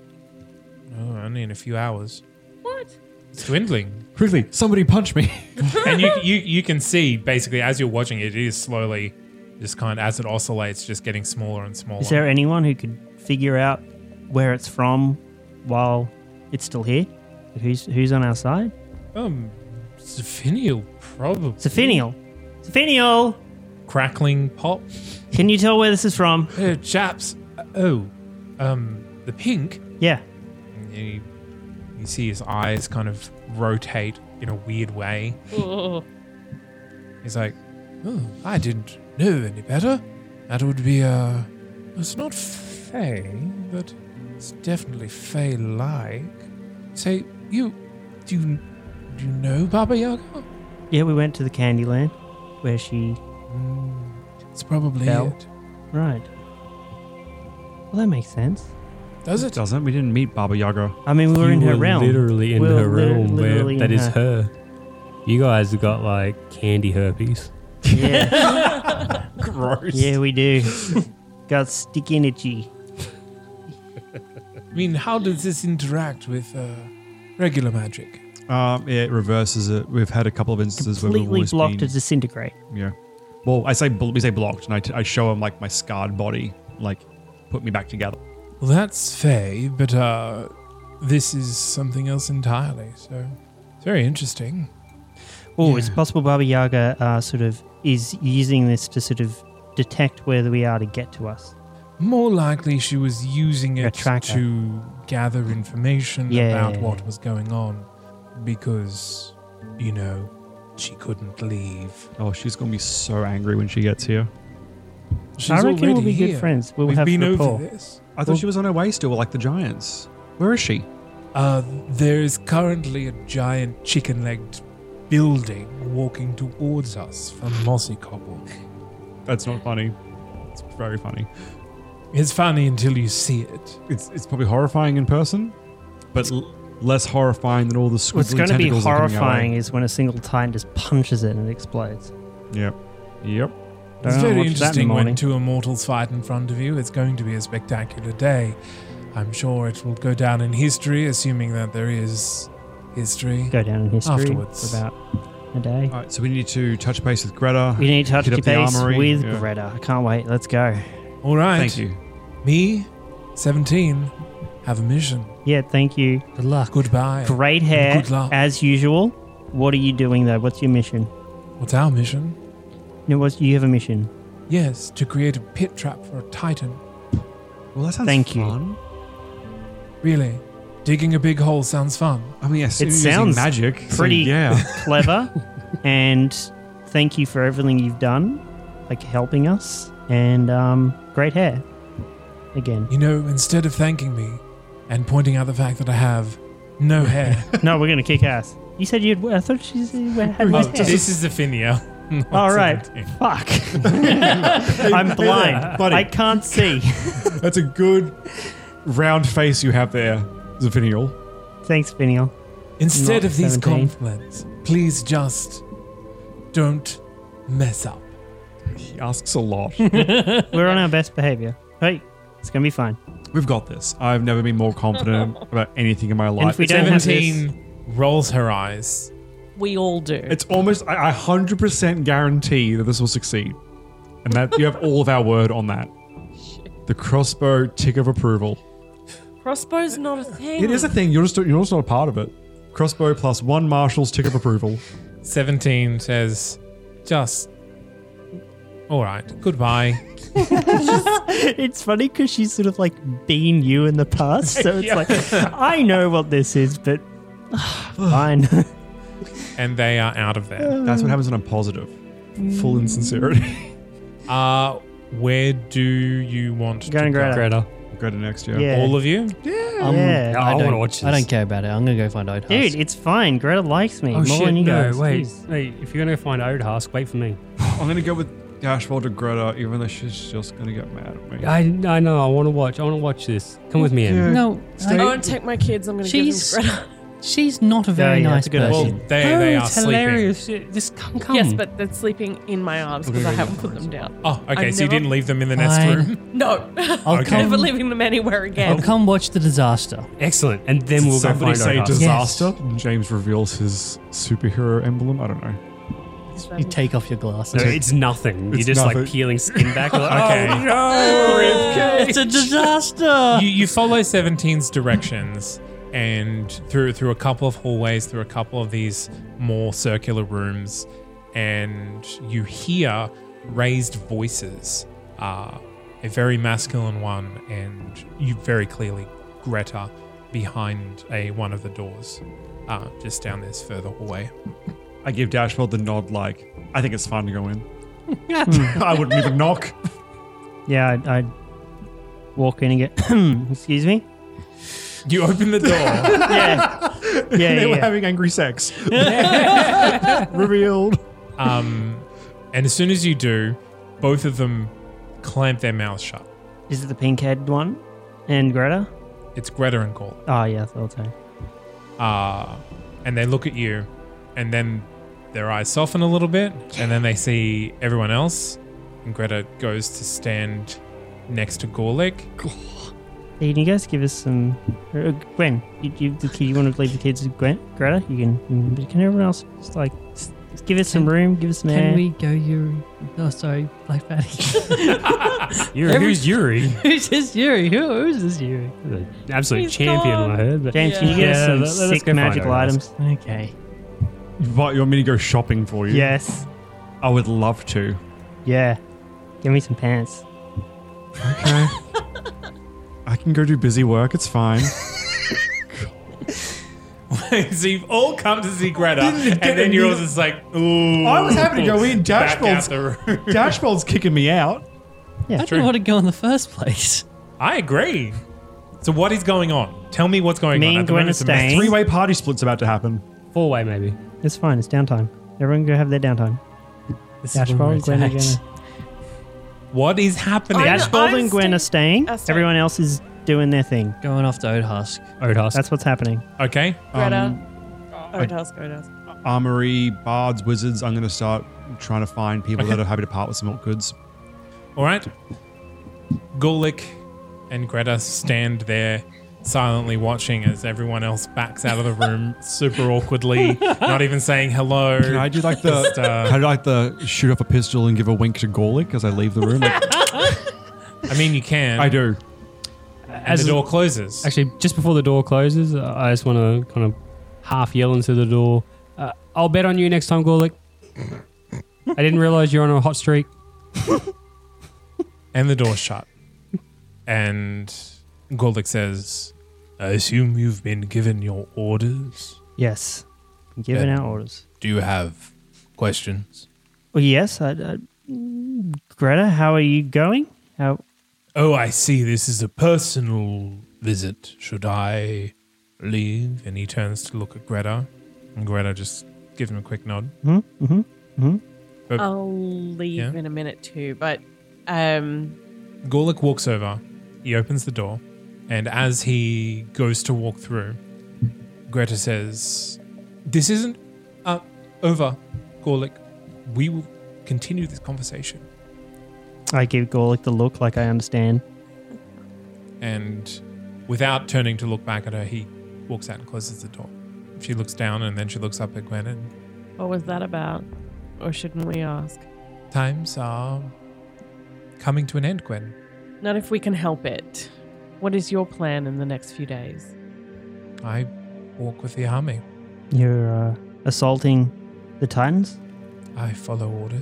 Speaker 3: Oh, only in a few hours.
Speaker 8: What?
Speaker 3: It's dwindling.
Speaker 6: Quickly, somebody punch me.
Speaker 3: and you, you you can see basically as you're watching it, it is slowly just kind as it oscillates, just getting smaller and smaller.
Speaker 5: Is there anyone who could figure out where it's from while it's still here? Who's who's on our side?
Speaker 3: Um, Zephynial, probably.
Speaker 5: Zephynial. Zephynial!
Speaker 3: Crackling pop.
Speaker 5: Can you tell where this is from?
Speaker 3: Uh, chaps. uh, Oh, um, the pink.
Speaker 5: Yeah.
Speaker 3: And you, you see his eyes kind of rotate in a weird way. He's like, oh, I didn't know any better. That would be uh, It's not Fey, but it's definitely Fey-like. Say, you, do you, do you know Baba Yaga?
Speaker 5: Yeah, we went to the Candyland where she
Speaker 3: It's probably
Speaker 5: fell.
Speaker 3: it.
Speaker 5: Right. Well, that makes sense.
Speaker 3: Does it?
Speaker 6: Doesn't. We didn't meet Baba Yaga.
Speaker 5: I mean, we were
Speaker 9: You
Speaker 5: in her
Speaker 9: were
Speaker 5: realm.
Speaker 9: Literally in
Speaker 5: We were
Speaker 9: her
Speaker 5: lit-
Speaker 9: realm
Speaker 5: literally
Speaker 9: where
Speaker 5: in
Speaker 9: that is her. You guys have got like candy herpes.
Speaker 5: Yeah,
Speaker 3: Gross.
Speaker 5: yeah, we do. Got stick energy.
Speaker 3: I mean, how does this interact with uh, regular magic?
Speaker 6: Um, yeah, it reverses it. We've had a couple of instances where we've
Speaker 5: Completely
Speaker 6: always
Speaker 5: blocked
Speaker 6: been,
Speaker 5: to disintegrate.
Speaker 6: Yeah. Well, I say bl- we say blocked, and I, t- I show him like my scarred body, like put me back together.
Speaker 3: Well, that's Fey, but uh, this is something else entirely. So it's very interesting.
Speaker 5: Oh,
Speaker 3: Yeah.
Speaker 5: it's possible Baba Yaga uh, sort of is using this to sort of detect where we are to get to us.
Speaker 3: More likely, she was using
Speaker 5: A
Speaker 3: it
Speaker 5: tracker.
Speaker 3: to gather information
Speaker 5: Yeah.
Speaker 3: about what was going on because, you know, she couldn't leave.
Speaker 6: Oh, she's gonna be so angry when she gets here.
Speaker 3: She's
Speaker 5: I reckon we'll
Speaker 3: already
Speaker 5: be
Speaker 3: here.
Speaker 5: good friends. We'll
Speaker 3: We've
Speaker 5: have
Speaker 3: been
Speaker 5: rapport.
Speaker 3: over this.
Speaker 6: I thought she was on her way still, like the giants. Where is she?
Speaker 3: Uh, there is currently a giant chicken legged building walking towards us from Mossy Cobble.
Speaker 6: That's not funny. It's very funny.
Speaker 3: It's funny until you see it.
Speaker 6: It's it's probably horrifying in person, but l- less horrifying than all the squiggly
Speaker 5: What's going to be
Speaker 6: tentacles that are coming our way.
Speaker 5: horrifying is when a single titan just punches it and it explodes.
Speaker 6: Yep. Yep.
Speaker 3: It's
Speaker 5: Don't
Speaker 3: very
Speaker 5: watch that in the
Speaker 3: interesting when
Speaker 5: morning.
Speaker 3: two immortals fight in front of you. It's going to be a spectacular day. I'm sure it will go down in history, assuming that there is history.
Speaker 5: Go down in history
Speaker 3: Afterwards. Uh,
Speaker 5: for about a day.
Speaker 6: All right, so we need to touch base with Greta.
Speaker 5: We need to touch
Speaker 6: hit up the
Speaker 5: base
Speaker 6: armory.
Speaker 5: with
Speaker 6: Yeah.
Speaker 5: Greta. I can't wait. Let's go.
Speaker 3: All right.
Speaker 6: Thank you.
Speaker 3: Me, 17, have a mission.
Speaker 5: Yeah, thank you.
Speaker 7: Good luck.
Speaker 3: Goodbye.
Speaker 5: Great hair,
Speaker 3: Good luck.
Speaker 5: as usual. What are you doing though? What's your mission?
Speaker 3: What's our mission?
Speaker 5: No, what's, you have a mission.
Speaker 3: Yes, to create a pit trap for a titan.
Speaker 6: Well, that sounds
Speaker 5: Thank you.
Speaker 6: fun.
Speaker 3: Really, digging a big hole sounds fun.
Speaker 6: I mean, yes,
Speaker 5: It sounds
Speaker 6: magic. so
Speaker 5: pretty-
Speaker 6: yeah.
Speaker 5: Clever, and thank you for everything you've done, like helping us. And um, great hair, again.
Speaker 3: You know, instead of thanking me and pointing out the fact that I have no hair.
Speaker 5: no, we're gonna kick ass. You said you'd. I thought she said you had wet hair.
Speaker 3: is the Finia.
Speaker 5: All right. Fuck. I'm blind.
Speaker 6: buddy.
Speaker 5: I can't see.
Speaker 6: That's a good round face you have there, Zephynial.
Speaker 5: Thanks, Finial.
Speaker 3: Instead
Speaker 5: Not
Speaker 3: of these
Speaker 5: 17.
Speaker 3: compliments, please just don't mess up.
Speaker 6: He asks a lot.
Speaker 5: We're on our best behavior. Hey, it's gonna be fine.
Speaker 6: We've got this. I've never been more confident about anything in my life.
Speaker 5: if we don't have this,
Speaker 3: rolls her eyes.
Speaker 8: We all do.
Speaker 6: It's almost I I hundred percent guarantee that this will succeed, and that you have all of our word on that. The crossbow tick of approval.
Speaker 8: Crossbow's not a thing.
Speaker 6: It is a thing. You're just you're just not a part of it. Crossbow plus one marshal's tick of approval.
Speaker 3: 17 says, just. All right, goodbye.
Speaker 5: It's funny because she's sort of like been you in the past, so it's like I know what this is, but fine.
Speaker 3: and they are out of there.
Speaker 6: That's what happens when I'm positive. Full insincerity.
Speaker 3: Uh, where do you want
Speaker 5: Go
Speaker 3: to
Speaker 5: and grab
Speaker 3: go?
Speaker 5: it.
Speaker 7: Greta.
Speaker 6: We'll go to next year.
Speaker 5: Yeah.
Speaker 3: All of you?
Speaker 7: Um,
Speaker 5: Yeah.
Speaker 7: I,
Speaker 9: I
Speaker 7: don't
Speaker 9: wanna watch
Speaker 7: I
Speaker 9: this.
Speaker 7: don't care about it. I'm gonna go find Oathus.
Speaker 5: Dude, it's fine. Greta likes me.
Speaker 9: Oh
Speaker 5: More
Speaker 9: shit!
Speaker 5: than you
Speaker 9: No,
Speaker 5: guys.
Speaker 9: wait.
Speaker 5: Jeez.
Speaker 9: Hey, if you're gonna find Odahask, wait for me.
Speaker 6: I'm gonna go with Gashwald to Greta, even though she's just gonna get mad at me.
Speaker 9: I I know. I want to watch. I want to watch this. Come with me, Em.
Speaker 7: no,
Speaker 8: I
Speaker 7: I-
Speaker 8: won't take my kids. I'm going to give
Speaker 7: She's-
Speaker 8: them to Greta.
Speaker 7: she's not a very
Speaker 5: yeah,
Speaker 7: nice
Speaker 5: that's a good
Speaker 7: person.
Speaker 3: Well, they, they are
Speaker 9: it's hilarious.
Speaker 3: sleeping.
Speaker 9: It- This come come.
Speaker 8: Yes, but they're sleeping in my arms because I haven't put them down.
Speaker 3: Oh, okay,
Speaker 8: I
Speaker 3: so you
Speaker 8: never-
Speaker 3: didn't leave them in the nest
Speaker 7: Fine.
Speaker 3: room?
Speaker 8: No.
Speaker 7: I'll
Speaker 3: Okay.
Speaker 7: come.
Speaker 8: Never leaving them anywhere
Speaker 7: I'll
Speaker 8: again.
Speaker 7: come watch the disaster.
Speaker 9: excellent. And then
Speaker 6: Did
Speaker 9: we'll go
Speaker 6: somebody
Speaker 9: find
Speaker 6: say
Speaker 9: Odahask.
Speaker 6: disaster? And James reveals his superhero emblem. I don't know.
Speaker 7: You take off your
Speaker 9: No,
Speaker 7: glasses.
Speaker 9: it's nothing.
Speaker 6: It's
Speaker 9: You're just
Speaker 6: nothing.
Speaker 9: like peeling skin back. Like,
Speaker 3: Okay.
Speaker 9: Oh no!
Speaker 7: it's a disaster.
Speaker 3: you, you follow 17's directions and through through a couple of hallways, through a couple of these more circular rooms, and you hear raised voices. Uh, a very masculine one, and you very clearly Greta behind a one of the doors, uh, just down this further hallway.
Speaker 6: I give Dashboard the nod, like, I think it's fine to go in. I wouldn't even knock.
Speaker 5: Yeah, I'd, I'd walk in and get. excuse me.
Speaker 3: You open the door.
Speaker 5: yeah. Yeah.
Speaker 6: they
Speaker 5: yeah,
Speaker 6: were
Speaker 5: yeah.
Speaker 6: having angry sex. Revealed.
Speaker 3: Um, and as soon as you do, both of them clamp their mouths shut.
Speaker 5: Is it the pink head one? And Greta?
Speaker 3: It's Greta and Gaunt.
Speaker 5: Oh, yeah, they'll take.
Speaker 3: uh, and they look at you, and then their eyes soften a little bit, and then they see everyone else, and Greta goes to stand next to Gorlick.
Speaker 5: Hey, can you guys give us some. Uh, Gwen, you, you, the kid, you want to leave the kids with Gwen, Greta? You can. you can- Can everyone else just like. s- Give us some
Speaker 7: Can-
Speaker 5: room, give us some air.
Speaker 7: Can we go Yuri? No, sorry, Black Fatty.
Speaker 9: Yuri,
Speaker 7: Every-
Speaker 9: who's Yuri?
Speaker 7: who's this Yuri? Who, who's this Yuri?
Speaker 9: The absolute
Speaker 8: He's
Speaker 9: champion,
Speaker 8: gone.
Speaker 9: I heard. But
Speaker 5: James, can you
Speaker 9: Yeah,
Speaker 5: get us some
Speaker 9: let- let's go
Speaker 5: sick
Speaker 9: find
Speaker 5: magical
Speaker 9: out, guys.
Speaker 5: items? Okay.
Speaker 6: You want you want me to go shopping for you?
Speaker 5: Yes.
Speaker 6: I would love to.
Speaker 5: Yeah. Give me some pants.
Speaker 6: Okay. I can go do busy work. It's fine.
Speaker 3: so you've all come to see Greta, and then you're all just like, ooh.
Speaker 6: I was happy to go in.
Speaker 3: Back out
Speaker 6: Dashboard's,
Speaker 3: the room.
Speaker 6: Dashboard's kicking me out.
Speaker 7: I don't want to go in the first place.
Speaker 3: I agree. So what is going on? Tell me what's going
Speaker 5: Me
Speaker 3: on.
Speaker 5: and
Speaker 3: At the
Speaker 5: Gwen
Speaker 3: moment,
Speaker 5: are
Speaker 3: it's a mess.
Speaker 5: staying.
Speaker 6: Three way party split's about to happen.
Speaker 9: Four way, maybe.
Speaker 5: It's fine, it's downtime. Everyone go have their downtime.
Speaker 7: This is where
Speaker 5: Dashboard,
Speaker 7: we're
Speaker 5: Gwen, and
Speaker 7: attacked.
Speaker 5: Jenna.
Speaker 3: What is happening?
Speaker 8: I'm-
Speaker 5: Dashbold
Speaker 8: I'm
Speaker 5: and Gwen are staying.
Speaker 8: I'll stay.
Speaker 5: Everyone else is doing their thing.
Speaker 7: Going off to Oathusk.
Speaker 9: Odhusk.
Speaker 5: That's what's happening.
Speaker 3: okay.
Speaker 8: Greta.
Speaker 6: Um,
Speaker 8: Go to ask, go to ask.
Speaker 6: armory, bards, wizards. I'm going to start trying to find people that are happy to part with some milk goods.
Speaker 3: All right. Gulick and Greta stand there silently watching as everyone else backs out of the room super awkwardly, not even saying hello.
Speaker 6: Can I do like the?
Speaker 3: Just, uh,
Speaker 6: can I do like the shoot off a pistol and give a wink to Gorlick as I leave the room? Like,
Speaker 3: I mean, you can.
Speaker 6: I do.
Speaker 3: And
Speaker 9: As
Speaker 3: the door closes.
Speaker 9: Actually, just before the door closes, uh, I just want to kind of half yell into the door. Uh, I'll bet on you next time, Gorlick. I didn't realize you're on a hot streak.
Speaker 3: and the door shut. And Gorlick says, I assume you've been given your orders.
Speaker 5: Yes. I'm giving
Speaker 3: Yeah.
Speaker 5: out orders.
Speaker 3: Do you have questions?
Speaker 5: Well, yes. I, I, Greta, how are you going? How?
Speaker 3: Oh, I see. This is a personal visit. Should I leave? And he turns to look at Greta. And Greta just gives him a quick nod.
Speaker 5: Hmm? hmm
Speaker 8: I'll leave
Speaker 3: Yeah.
Speaker 8: in a minute too, but um,
Speaker 3: Gorlick walks over. He opens the door. And as he goes to walk through, Greta says, This isn't uh, over, Gorlick. We will continue this conversation.
Speaker 5: I give Gorlick the look like I understand.
Speaker 3: And without turning to look back at her, he walks out and closes the door. She looks down and then she looks up at Gwen and
Speaker 8: what was that about? Or shouldn't we ask?
Speaker 3: Times are coming to an end, Gwen.
Speaker 8: Not if we can help it. What is your plan in the next few days?
Speaker 3: I walk with the army.
Speaker 5: You're uh, assaulting the Titans?
Speaker 3: I follow orders.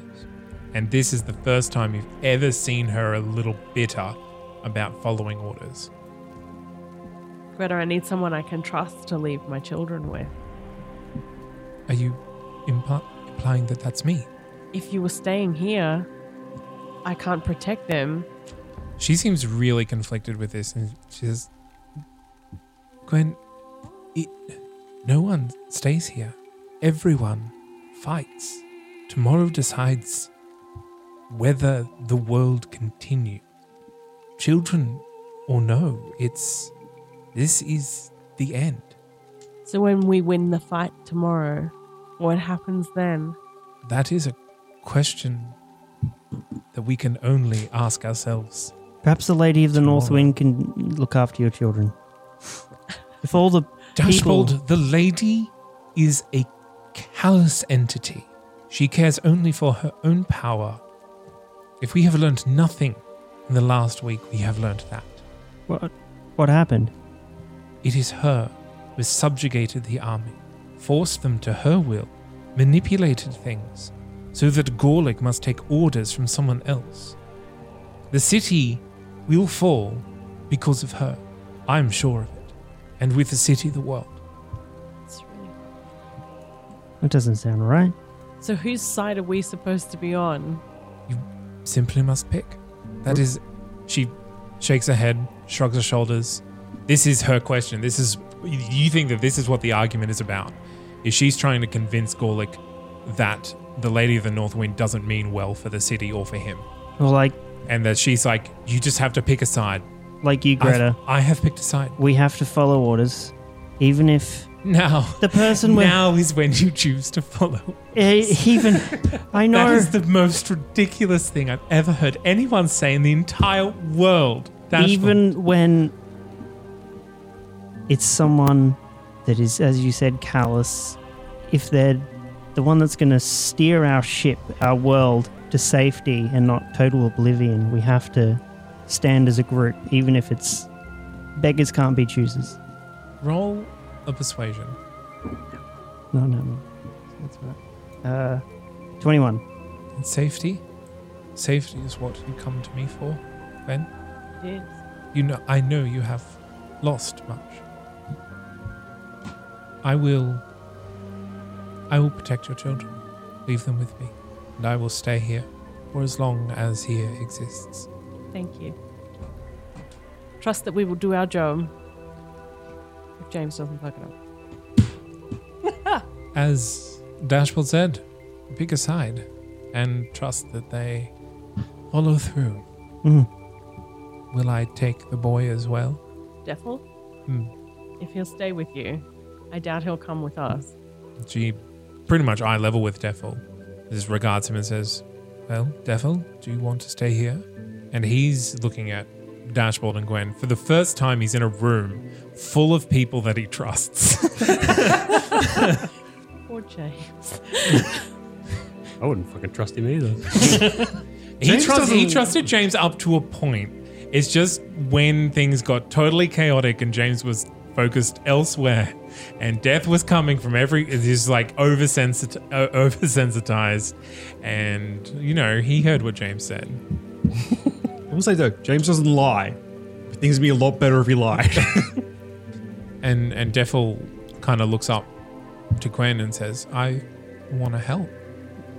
Speaker 3: And this is the first time you've ever seen her a little bitter about following orders.
Speaker 8: Greta, I need someone I can trust to leave my children with.
Speaker 3: Are you impl- implying that that's me?
Speaker 8: If you were staying here, I can't protect them.
Speaker 3: She seems really conflicted with this, and she says, "Gwen, it, no one stays here. Everyone fights. Tomorrow decides whether the world continues. Children or no, it's this is the end.
Speaker 8: So when we win the fight tomorrow, what happens then?
Speaker 3: That is a question that we can only ask ourselves."
Speaker 5: Perhaps the Lady of the North
Speaker 3: Tomorrow.
Speaker 5: Wind can look after your children. if all the people-
Speaker 3: Dashbold, the lady is a callous entity. She cares only for her own power. If we have learned nothing in the last week, we have learned that.
Speaker 5: What, what happened?
Speaker 3: It is her was subjugated the army, forced them to her will, manipulated things, so that Gorlick must take orders from someone else. The city will fall because of her. I'm sure of it. And with the city, the world.
Speaker 5: That doesn't sound right.
Speaker 8: So whose side are we supposed to be on?
Speaker 3: simply must pick. That is, she shakes her head, shrugs her shoulders. This is her question. This is, you think that this is what the argument is about? Is she's trying to convince Gorlick that the Lady of the North Wind doesn't mean well for the city or for him,
Speaker 5: Well, like,
Speaker 3: and that she's like, you just have to pick a side.
Speaker 5: like you,
Speaker 3: I've-
Speaker 5: Greta.
Speaker 3: I have picked a side.
Speaker 5: We have to follow orders, even if
Speaker 3: Now,
Speaker 5: the person we're
Speaker 3: now is when you choose to follow.
Speaker 5: Eh, even I know
Speaker 3: That is the most ridiculous thing I've ever heard anyone say in the entire world. Dashboard.
Speaker 5: even when it's someone that is, as you said, callous, if they're the one that's going to steer our ship, our world to safety and not total oblivion, we have to stand as a group, even if it's beggars can't be choosers.
Speaker 3: roll a persuasion.
Speaker 5: No, no, no. That's right. Uh, 21.
Speaker 3: And safety? Safety is what you come to me for, Ben.
Speaker 8: Yes.
Speaker 3: You know I know you have lost much. I will I will protect your children. Leave them with me. And I will stay here for as long as here exists.
Speaker 8: Thank you. Trust that we will do our job. If James doesn't fuck it up.
Speaker 3: As Dashboard said, pick a side and trust that they follow through.
Speaker 5: Mhm.
Speaker 3: Will I take the boy as well?
Speaker 8: Devil,
Speaker 3: Hmm.
Speaker 8: if he'll stay with you, I doubt he'll come with us.
Speaker 3: She pretty much eye level with Defil. Just regards him and says, Well, Defil, do you want to stay here? And he's looking at Dashboard and Gwen. For the first time, he's in a room full of people that he trusts.
Speaker 8: Poor James.
Speaker 9: I wouldn't fucking trust him either.
Speaker 3: he,
Speaker 9: James
Speaker 3: trusts, he
Speaker 9: doesn't-
Speaker 3: trusted James up to a point. It's just when things got totally chaotic and James was focused elsewhere and death was coming from every he's like oversensit- uh, oversensitized and you know he heard what james said
Speaker 6: I will say though, James doesn't lie. Things would be a lot better if he lied.
Speaker 3: And and Defil kind of looks up to Gwen and says, "I want to help."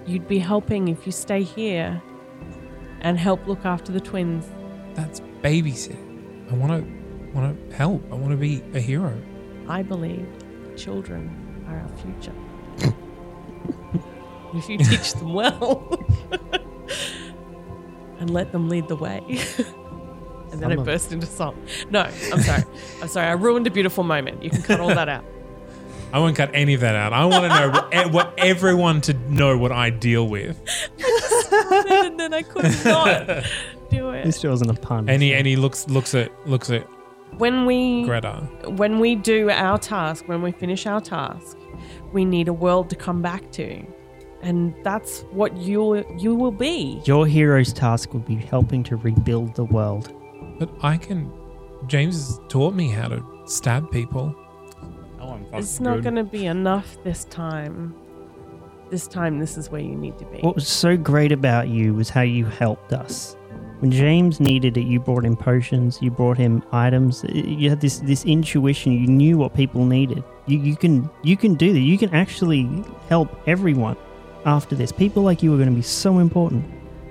Speaker 8: You'd be helping if you stay here and help look after the twins.
Speaker 3: That's babysitting. I want to want to help. I want to be a hero.
Speaker 8: I believe children are our future. if you teach them well and let them lead the way. and then I
Speaker 5: Some of-
Speaker 8: burst into song. No, I'm sorry. I'm sorry. I ruined a beautiful moment. You can cut all that out.
Speaker 3: I won't cut any of that out. I want to know what, e- what everyone to know what I deal with.
Speaker 8: and then I could not do it.
Speaker 5: This wasn't a pun.
Speaker 3: And he and he looks looks at looks at
Speaker 8: When we
Speaker 3: Greta.
Speaker 8: when we do our task, when we finish our task, we need a world to come back to. And that's what you you will be.
Speaker 5: Your hero's task will be helping to rebuild the world.
Speaker 3: But I can. James has taught me how to stab people.
Speaker 8: It's not going to be enough this time. This time, this is where you need to be.
Speaker 5: What was so great about you was how you helped us. When James needed it, you brought him potions, you brought him items. You had this this intuition. You knew what people needed. You, you can you can do that. You can actually help everyone after this. People like you are going to be so important.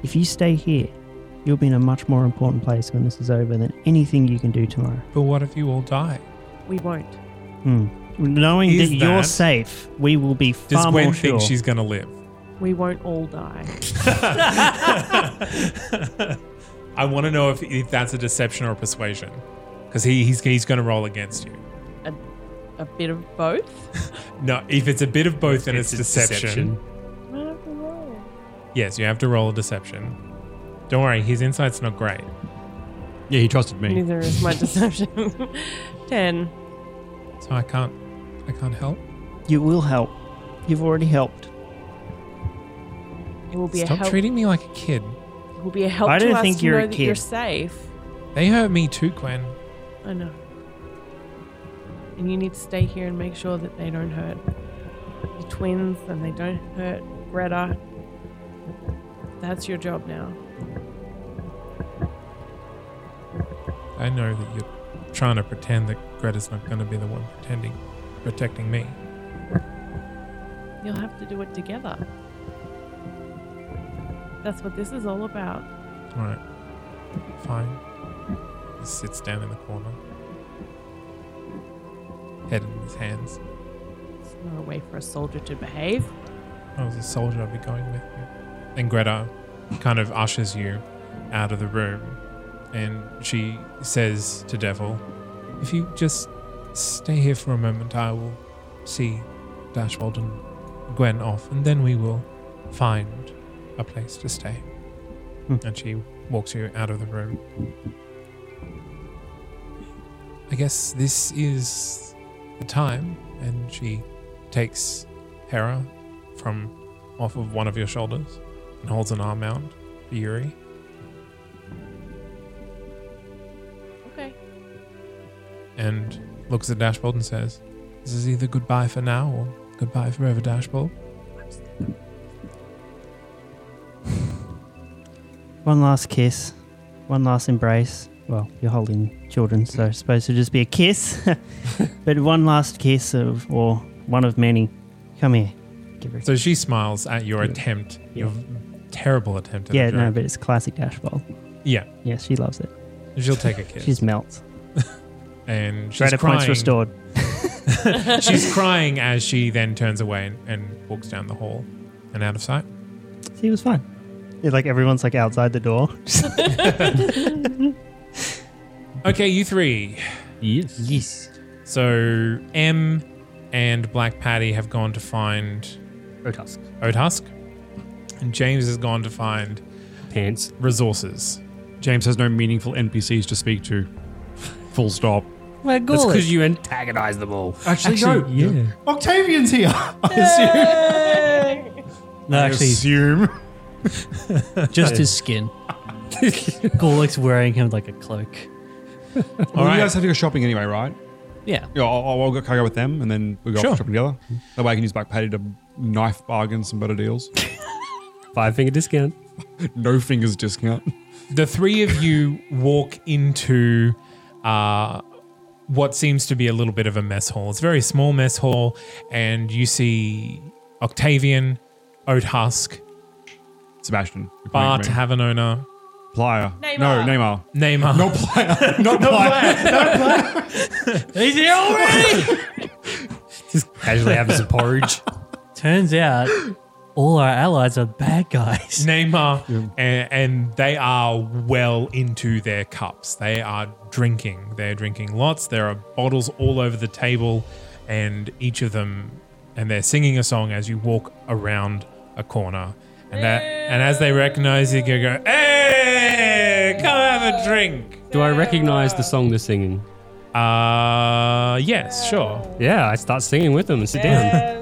Speaker 5: If you stay here, you'll be in a much more important place when this is over than anything you can do tomorrow.
Speaker 3: But what if you all die?
Speaker 8: We won't.
Speaker 5: Hmm. Knowing
Speaker 3: Is
Speaker 5: that, you're
Speaker 3: that-
Speaker 5: safe, we will be
Speaker 3: Does
Speaker 5: far
Speaker 3: Gwen
Speaker 5: more
Speaker 3: think
Speaker 5: sure.
Speaker 3: she's gonna live?
Speaker 8: We won't all die.
Speaker 3: I want to know if, if that's a deception or a persuasion, because he, he's he's going to roll against you.
Speaker 8: A, a bit of both.
Speaker 3: No, if it's a bit of both, then
Speaker 9: It's
Speaker 3: it's,
Speaker 9: a
Speaker 3: deception.
Speaker 9: deception.
Speaker 8: Might have to roll.
Speaker 3: Yes, you have to roll a deception. Don't worry, his insight's not great.
Speaker 6: yeah, he trusted me.
Speaker 8: Neither is my deception. Ten.
Speaker 3: So I can't, I can't help.
Speaker 5: you will help. You've already helped.
Speaker 8: It will be a
Speaker 3: Stop
Speaker 8: help.
Speaker 3: treating me like a kid.
Speaker 8: it will be a help
Speaker 5: I
Speaker 8: to
Speaker 5: don't
Speaker 8: us
Speaker 5: think
Speaker 8: to
Speaker 5: you're
Speaker 8: know
Speaker 5: a
Speaker 8: that you're
Speaker 5: kid.
Speaker 8: safe.
Speaker 3: They hurt me too, Gwen.
Speaker 8: I know. and you need to stay here and make sure that they don't hurt the twins and they don't hurt Greta. That's your job now.
Speaker 3: I know that you're trying to pretend that Greta's not going to be the one pretending, protecting me.
Speaker 8: You'll have to do it together. That's what this is all about.
Speaker 3: All right. Fine. He sits down in the corner. Head in his hands.
Speaker 8: It's not a way for a soldier to behave.
Speaker 3: If I was a Oh, soldier, I'd be going with you. And Greta kind of ushers you out of the room. And she says to Devil, If you just stay here for a moment, I will see Dashwold and Gwen off, and then we will find a place to stay. And she walks you out of the room. I guess this is the time. And she takes Hera from off of one of your shoulders and holds an arm out for Yuri.
Speaker 8: Okay.
Speaker 3: And looks at Dashbolt and says, This is either goodbye for now or goodbye forever, Dashbolt.
Speaker 5: One last kiss, one last embrace. Well, you're holding children, so I suppose it'll just be a kiss. but one last kiss of, or one of many. Come here. Give her. a
Speaker 3: So she smiles at your attempt, your terrible attempt at
Speaker 5: Yeah,
Speaker 3: a
Speaker 5: no,
Speaker 3: joke.
Speaker 5: but it's classic Dashbolt.
Speaker 3: Yeah.
Speaker 5: Yeah, she loves it.
Speaker 3: She'll take a kiss.
Speaker 5: She's melts.
Speaker 3: and she's
Speaker 5: Greater
Speaker 3: crying.
Speaker 5: points restored.
Speaker 3: she's crying as she then turns away and, and walks down the hall and out of sight.
Speaker 5: She was fine. Yeah, like everyone's like outside the door.
Speaker 3: Okay, you three.
Speaker 10: Yes.
Speaker 3: Yes. So M and Black Patty have gone to find
Speaker 10: Otusk.
Speaker 3: Otusk. And James has gone to find
Speaker 10: Pants.
Speaker 3: Resources.
Speaker 6: James has no meaningful NPCs to speak to. Full stop.
Speaker 10: Well,
Speaker 6: That's 'cause
Speaker 10: you antagonize them all.
Speaker 6: Actually,
Speaker 10: Actually,
Speaker 6: no.
Speaker 10: yeah.
Speaker 6: Octavian's here.
Speaker 10: No, actually,
Speaker 6: assume.
Speaker 10: just his skin. Gorlick's wearing him like a cloak.
Speaker 6: Well, You guys have to go shopping anyway, right?
Speaker 10: Yeah.
Speaker 6: Yeah, I'll, I'll, I'll go, can I go with them and then we go
Speaker 10: Sure.
Speaker 6: shopping together. That way I can use Black Patty to knife bargain some better deals.
Speaker 10: Five finger discount.
Speaker 6: no fingers discount.
Speaker 3: The three of you walk into uh, what seems to be a little bit of a mess hall. It's a very small mess hall, and you see Octavian, Oathusk,
Speaker 6: Sebastian,
Speaker 3: Bart Havanona,
Speaker 6: Plier.
Speaker 3: Neymar.
Speaker 6: No, Neymar.
Speaker 3: Neymar.
Speaker 6: No player. No player.
Speaker 10: He's here already. Just casually having some porridge. Turns out all our allies are bad guys.
Speaker 3: Neymar, and, and they are well into their cups. They are drinking. They're drinking lots. There are bottles all over the table, and each of them, and they're singing a song as you walk around a corner. And that, and as they recognize you, you go, "Hey, come have a drink."
Speaker 10: Do I recognize the song they're singing?
Speaker 3: Uh, yes, sure.
Speaker 10: Yeah, I start singing with them and sit down.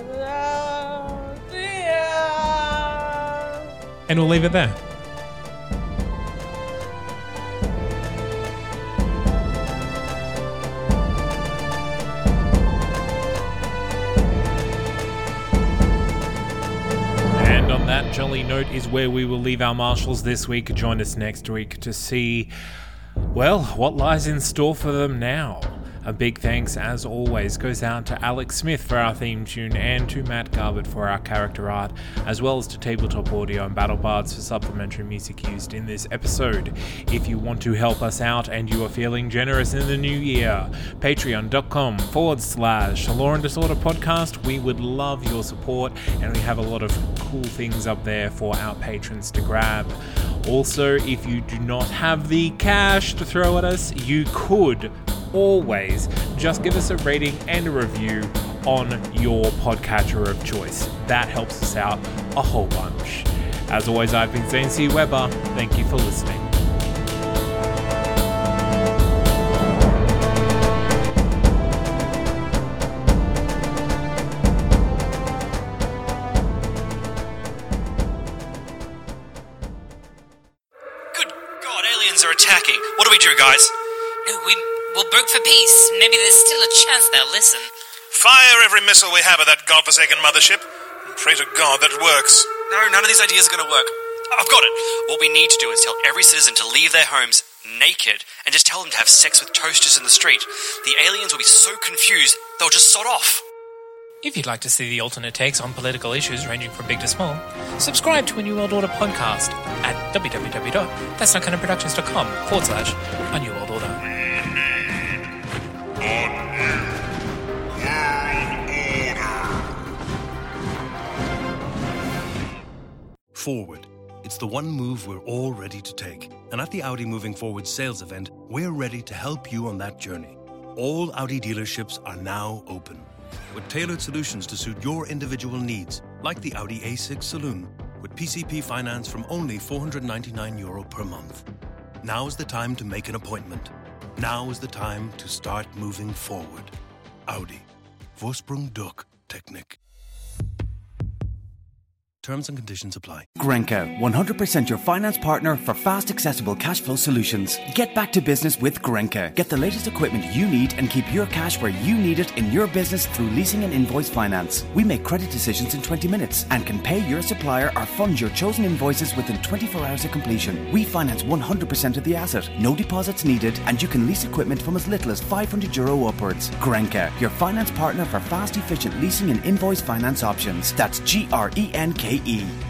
Speaker 3: And we'll leave it there. And on that jolly note is where we will leave our marshals this week. Join us next week to see, well, what lies in store for them now. A big thanks, as always, goes out to Alex Smith for our theme tune and to Matt Garbutt for our character art, as well as to Tabletop Audio and Battle Bards for supplementary music used in this episode. If you want to help us out and you are feeling generous in the new year, patreon.com forward slash Law and Disorder Podcast. We would love your support, and we have a lot of cool things up there for our patrons to grab. Also, if you do not have the cash to throw at us, you could always just give us a rating and a review on your podcatcher of choice. That helps us out a whole bunch. As always, I've been Zane C. Weber. Thank you for listening.
Speaker 11: God, aliens are attacking. What do we do, guys? No, we.
Speaker 12: We'll book for peace. Maybe there's still a chance they'll listen.
Speaker 6: Fire every missile we have at that godforsaken mothership. And pray to God that it works.
Speaker 5: No, none of these ideas are going to work. I've got it. What we need to do is tell every citizen to leave their homes naked and just tell them to have sex with toasters in the street. The aliens will be so confused, they'll just sod off.
Speaker 13: If you'd like to see the alternate takes on political issues ranging from big to small, subscribe to a New World Order podcast at www.thatsnotkindaproductions.com forward slash a New World Order.
Speaker 3: Forward. It's the one move we're all ready to take. And at the Audi Moving Forward sales event, we're ready to help you on that journey. All Audi dealerships are now open with tailored solutions to suit your individual needs, like the Audi A6 Saloon with PCP finance from only 499 euro per month. Now is the time to make an appointment. Now is the time to start moving forward. Audi. Vorsprung durch Technik. Terms and conditions apply.
Speaker 14: Grenko, 100% your finance partner for fast, accessible cash flow solutions. Get back to business with Grenko. Get the latest equipment you need and keep your cash where you need it in your business through leasing and invoice finance. We make credit decisions in 20 minutes and can pay your supplier or fund your chosen invoices within 24 hours of completion. We finance 100% of the asset, no deposits needed, and you can lease equipment from as little as 500 euro upwards. Grenko, your finance partner for fast, efficient leasing and invoice finance options. That's G R E N K. KE.